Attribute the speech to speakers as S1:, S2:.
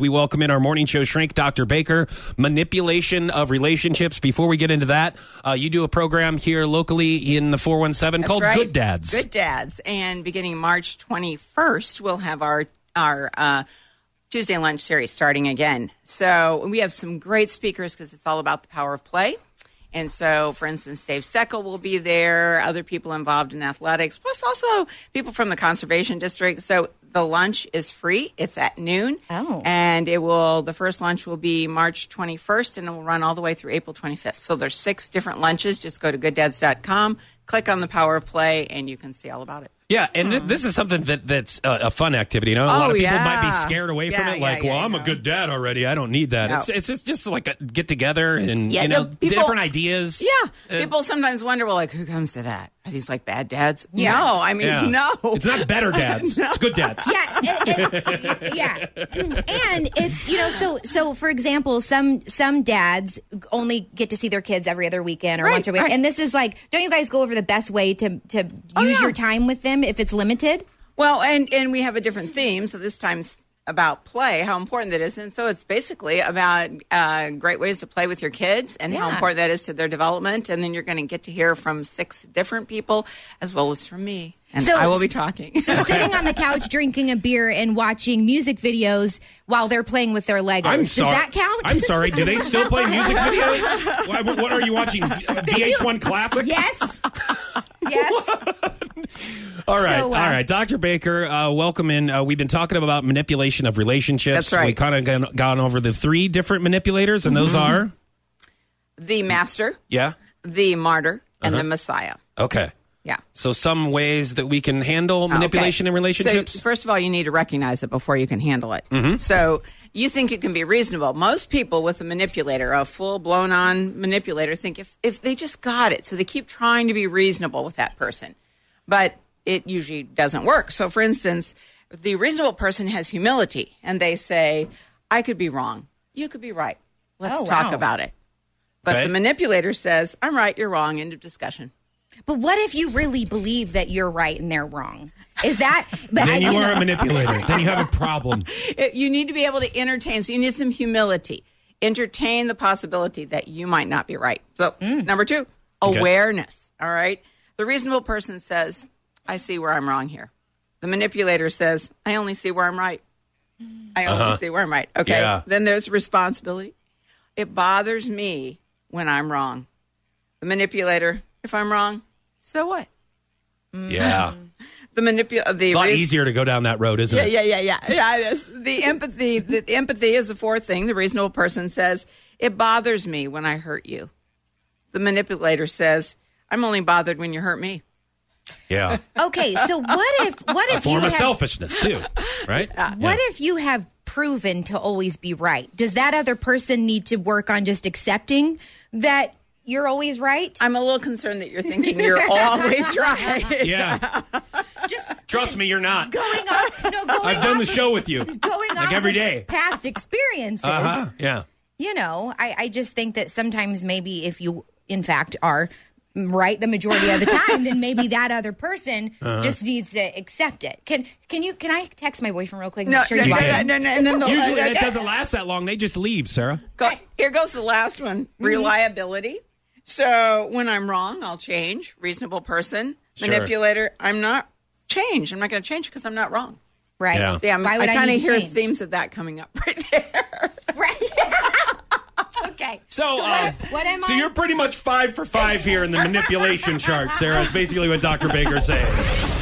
S1: We welcome in our morning show shrink, Dr. Baker, manipulation of relationships. Before we get into that, uh, you do a program here locally in the 417
S2: That's
S1: called
S2: right.
S1: Good Dads.
S2: Good Dads. And beginning March 21st, we'll have our our uh, Tuesday lunch series starting again. So we have some great speakers because it's all about the power of play. And so, for instance, Dave Steckel will be there, other people involved in athletics, plus also people from the conservation district. So the lunch is free. It's at noon.
S3: Oh.
S2: And it will, the first lunch will be March 21st and it will run all the way through April 25th. So there's six different lunches. Just go to gooddads.com, click on the power of play, and you can see all about it.
S1: Yeah, and thi- this is something that that's uh, a fun activity. You know, a lot
S2: Oh,
S1: of people
S2: yeah.
S1: might be scared away from
S2: Yeah,
S1: it.
S2: yeah,
S1: Like,
S2: yeah,
S1: well, I'm
S2: no.
S1: a good dad already. I don't need that.
S2: No.
S1: It's it's just, just like a get together and
S2: Yeah,
S1: you know
S2: yeah, people-
S1: different ideas.
S2: Yeah.
S1: Uh,
S2: People sometimes wonder, well, like, who comes to that? Are these like bad dads? No, I mean,
S1: yeah.
S2: no.
S1: It's not better dads. It's good dads.
S3: yeah, it- it- yeah, and it's you know so so for example, some some dads only get to see their kids every other weekend or
S2: Right,
S3: once a week,
S2: right. Oh,
S3: and this is like, don't you guys go over the best way to to use
S2: yeah.
S3: your time with them if it's limited?
S2: Well, and and we have a different theme, so this time's about play, how important that is, and so it's basically about uh, great ways to play with your kids and how
S3: Yeah.
S2: important that is to their development. And then you're going to get to hear from six different people as well as from me, and
S3: So-
S2: I will be talking.
S3: So sitting on the couch drinking a beer and watching music videos while they're playing with their Legos.
S1: I'm
S3: Does
S1: sorry.
S3: that count?
S1: I'm sorry. Do they still play music videos? Why- what are you watching? VH1 Classic?
S3: Yes. Yes.
S1: All right,
S3: So, uh,
S1: all right, Doctor Baker, uh, welcome in. Uh, we've been talking about manipulation of relationships.
S2: That's right.
S1: We kind of gone, gone over the three different manipulators, and those
S2: Mm-hmm.
S1: are
S2: the master,
S1: yeah,
S2: the martyr, and the messiah.
S1: okay.
S2: Yeah.
S1: So some ways that we can handle manipulation
S2: Ah, Okay.
S1: in relationships. Mm-hmm.
S2: So, first of all, you need to recognize it before you can handle it. So you think you can be reasonable. Most people with a manipulator, a full blown on manipulator, think if, if they just got it. So they keep trying to be reasonable with that person. But it usually doesn't work. So, for instance, the reasonable person has humility and they say, I could be wrong. You could be right. Let's
S3: Oh,
S2: talk
S3: wow.
S2: about it. But
S1: Okay.
S2: the manipulator says, I'm right, you're wrong. End of discussion.
S3: But what if you really believe that you're right and they're wrong? Is that? But I-
S1: then you
S3: know-
S1: are a manipulator. then you have a problem.
S2: it, you need to be able to entertain. So you need some humility. Entertain the possibility that you might not be right. So number two, awareness. All right. The reasonable person says, "I see where I'm wrong here." The manipulator says, "I only see where I'm right. I only see where I'm right." Okay.
S1: Yeah.
S2: Then there's responsibility. It bothers me when I'm wrong. The manipulator, if I'm wrong, so what? Mm.
S1: Yeah,
S2: The manipulator, the
S1: a lot
S2: reas-
S1: easier to go down that road, isn't it?
S2: yeah, yeah, yeah, yeah. yeah it is. The empathy, the, the empathy is the fourth thing. The reasonable person says, "It bothers me when I hurt you." The manipulator says, "I'm only bothered when you hurt me."
S1: Yeah,
S3: okay, so what if? What if you
S1: form of
S3: have?
S1: selfishness too, right?
S2: Uh,
S3: What if you have proven to always be right? Does that other person need to work on just accepting that you're always right?
S2: I'm a little concerned that you're thinking you're always right.
S1: yeah,
S3: just
S1: trust me, you're not.
S3: going off. No, going
S1: I've done the
S3: off-
S1: show with you.
S3: Going
S1: like
S3: off
S1: every
S3: of
S1: day.
S3: Past experiences.
S1: Uh-huh. Yeah.
S3: you know, I, I just think that sometimes maybe if you, in fact, are right the majority of the time, then maybe that other person
S1: Uh-huh.
S3: just needs to accept it. Can can you can I text my boyfriend real quick? and
S2: No,
S3: make sure
S2: no,
S3: he's
S2: no,
S3: watching?
S2: no, no, no, and then the
S1: Usually
S2: uh,
S1: it doesn't last that long. They just leave, Sarah.
S2: Go, here goes the last one
S3: Mm-hmm.
S2: reliability. So when I'm wrong, I'll change. Reasonable person,
S1: Sure.
S2: manipulator, I'm not change. I'm not going to change because I'm not wrong.
S3: Right?
S1: Yeah.
S2: Yeah, I'm,
S3: Why would
S2: I
S3: I,
S2: kind of
S3: need
S2: hear
S3: change?
S2: themes of that coming up right there.
S3: Right. okay.
S1: So,
S3: what,
S1: um,
S3: what am
S1: so
S3: I?
S1: you're pretty much five for five here in the manipulation chart, Sarah. Is basically what Dr. Baker's saying.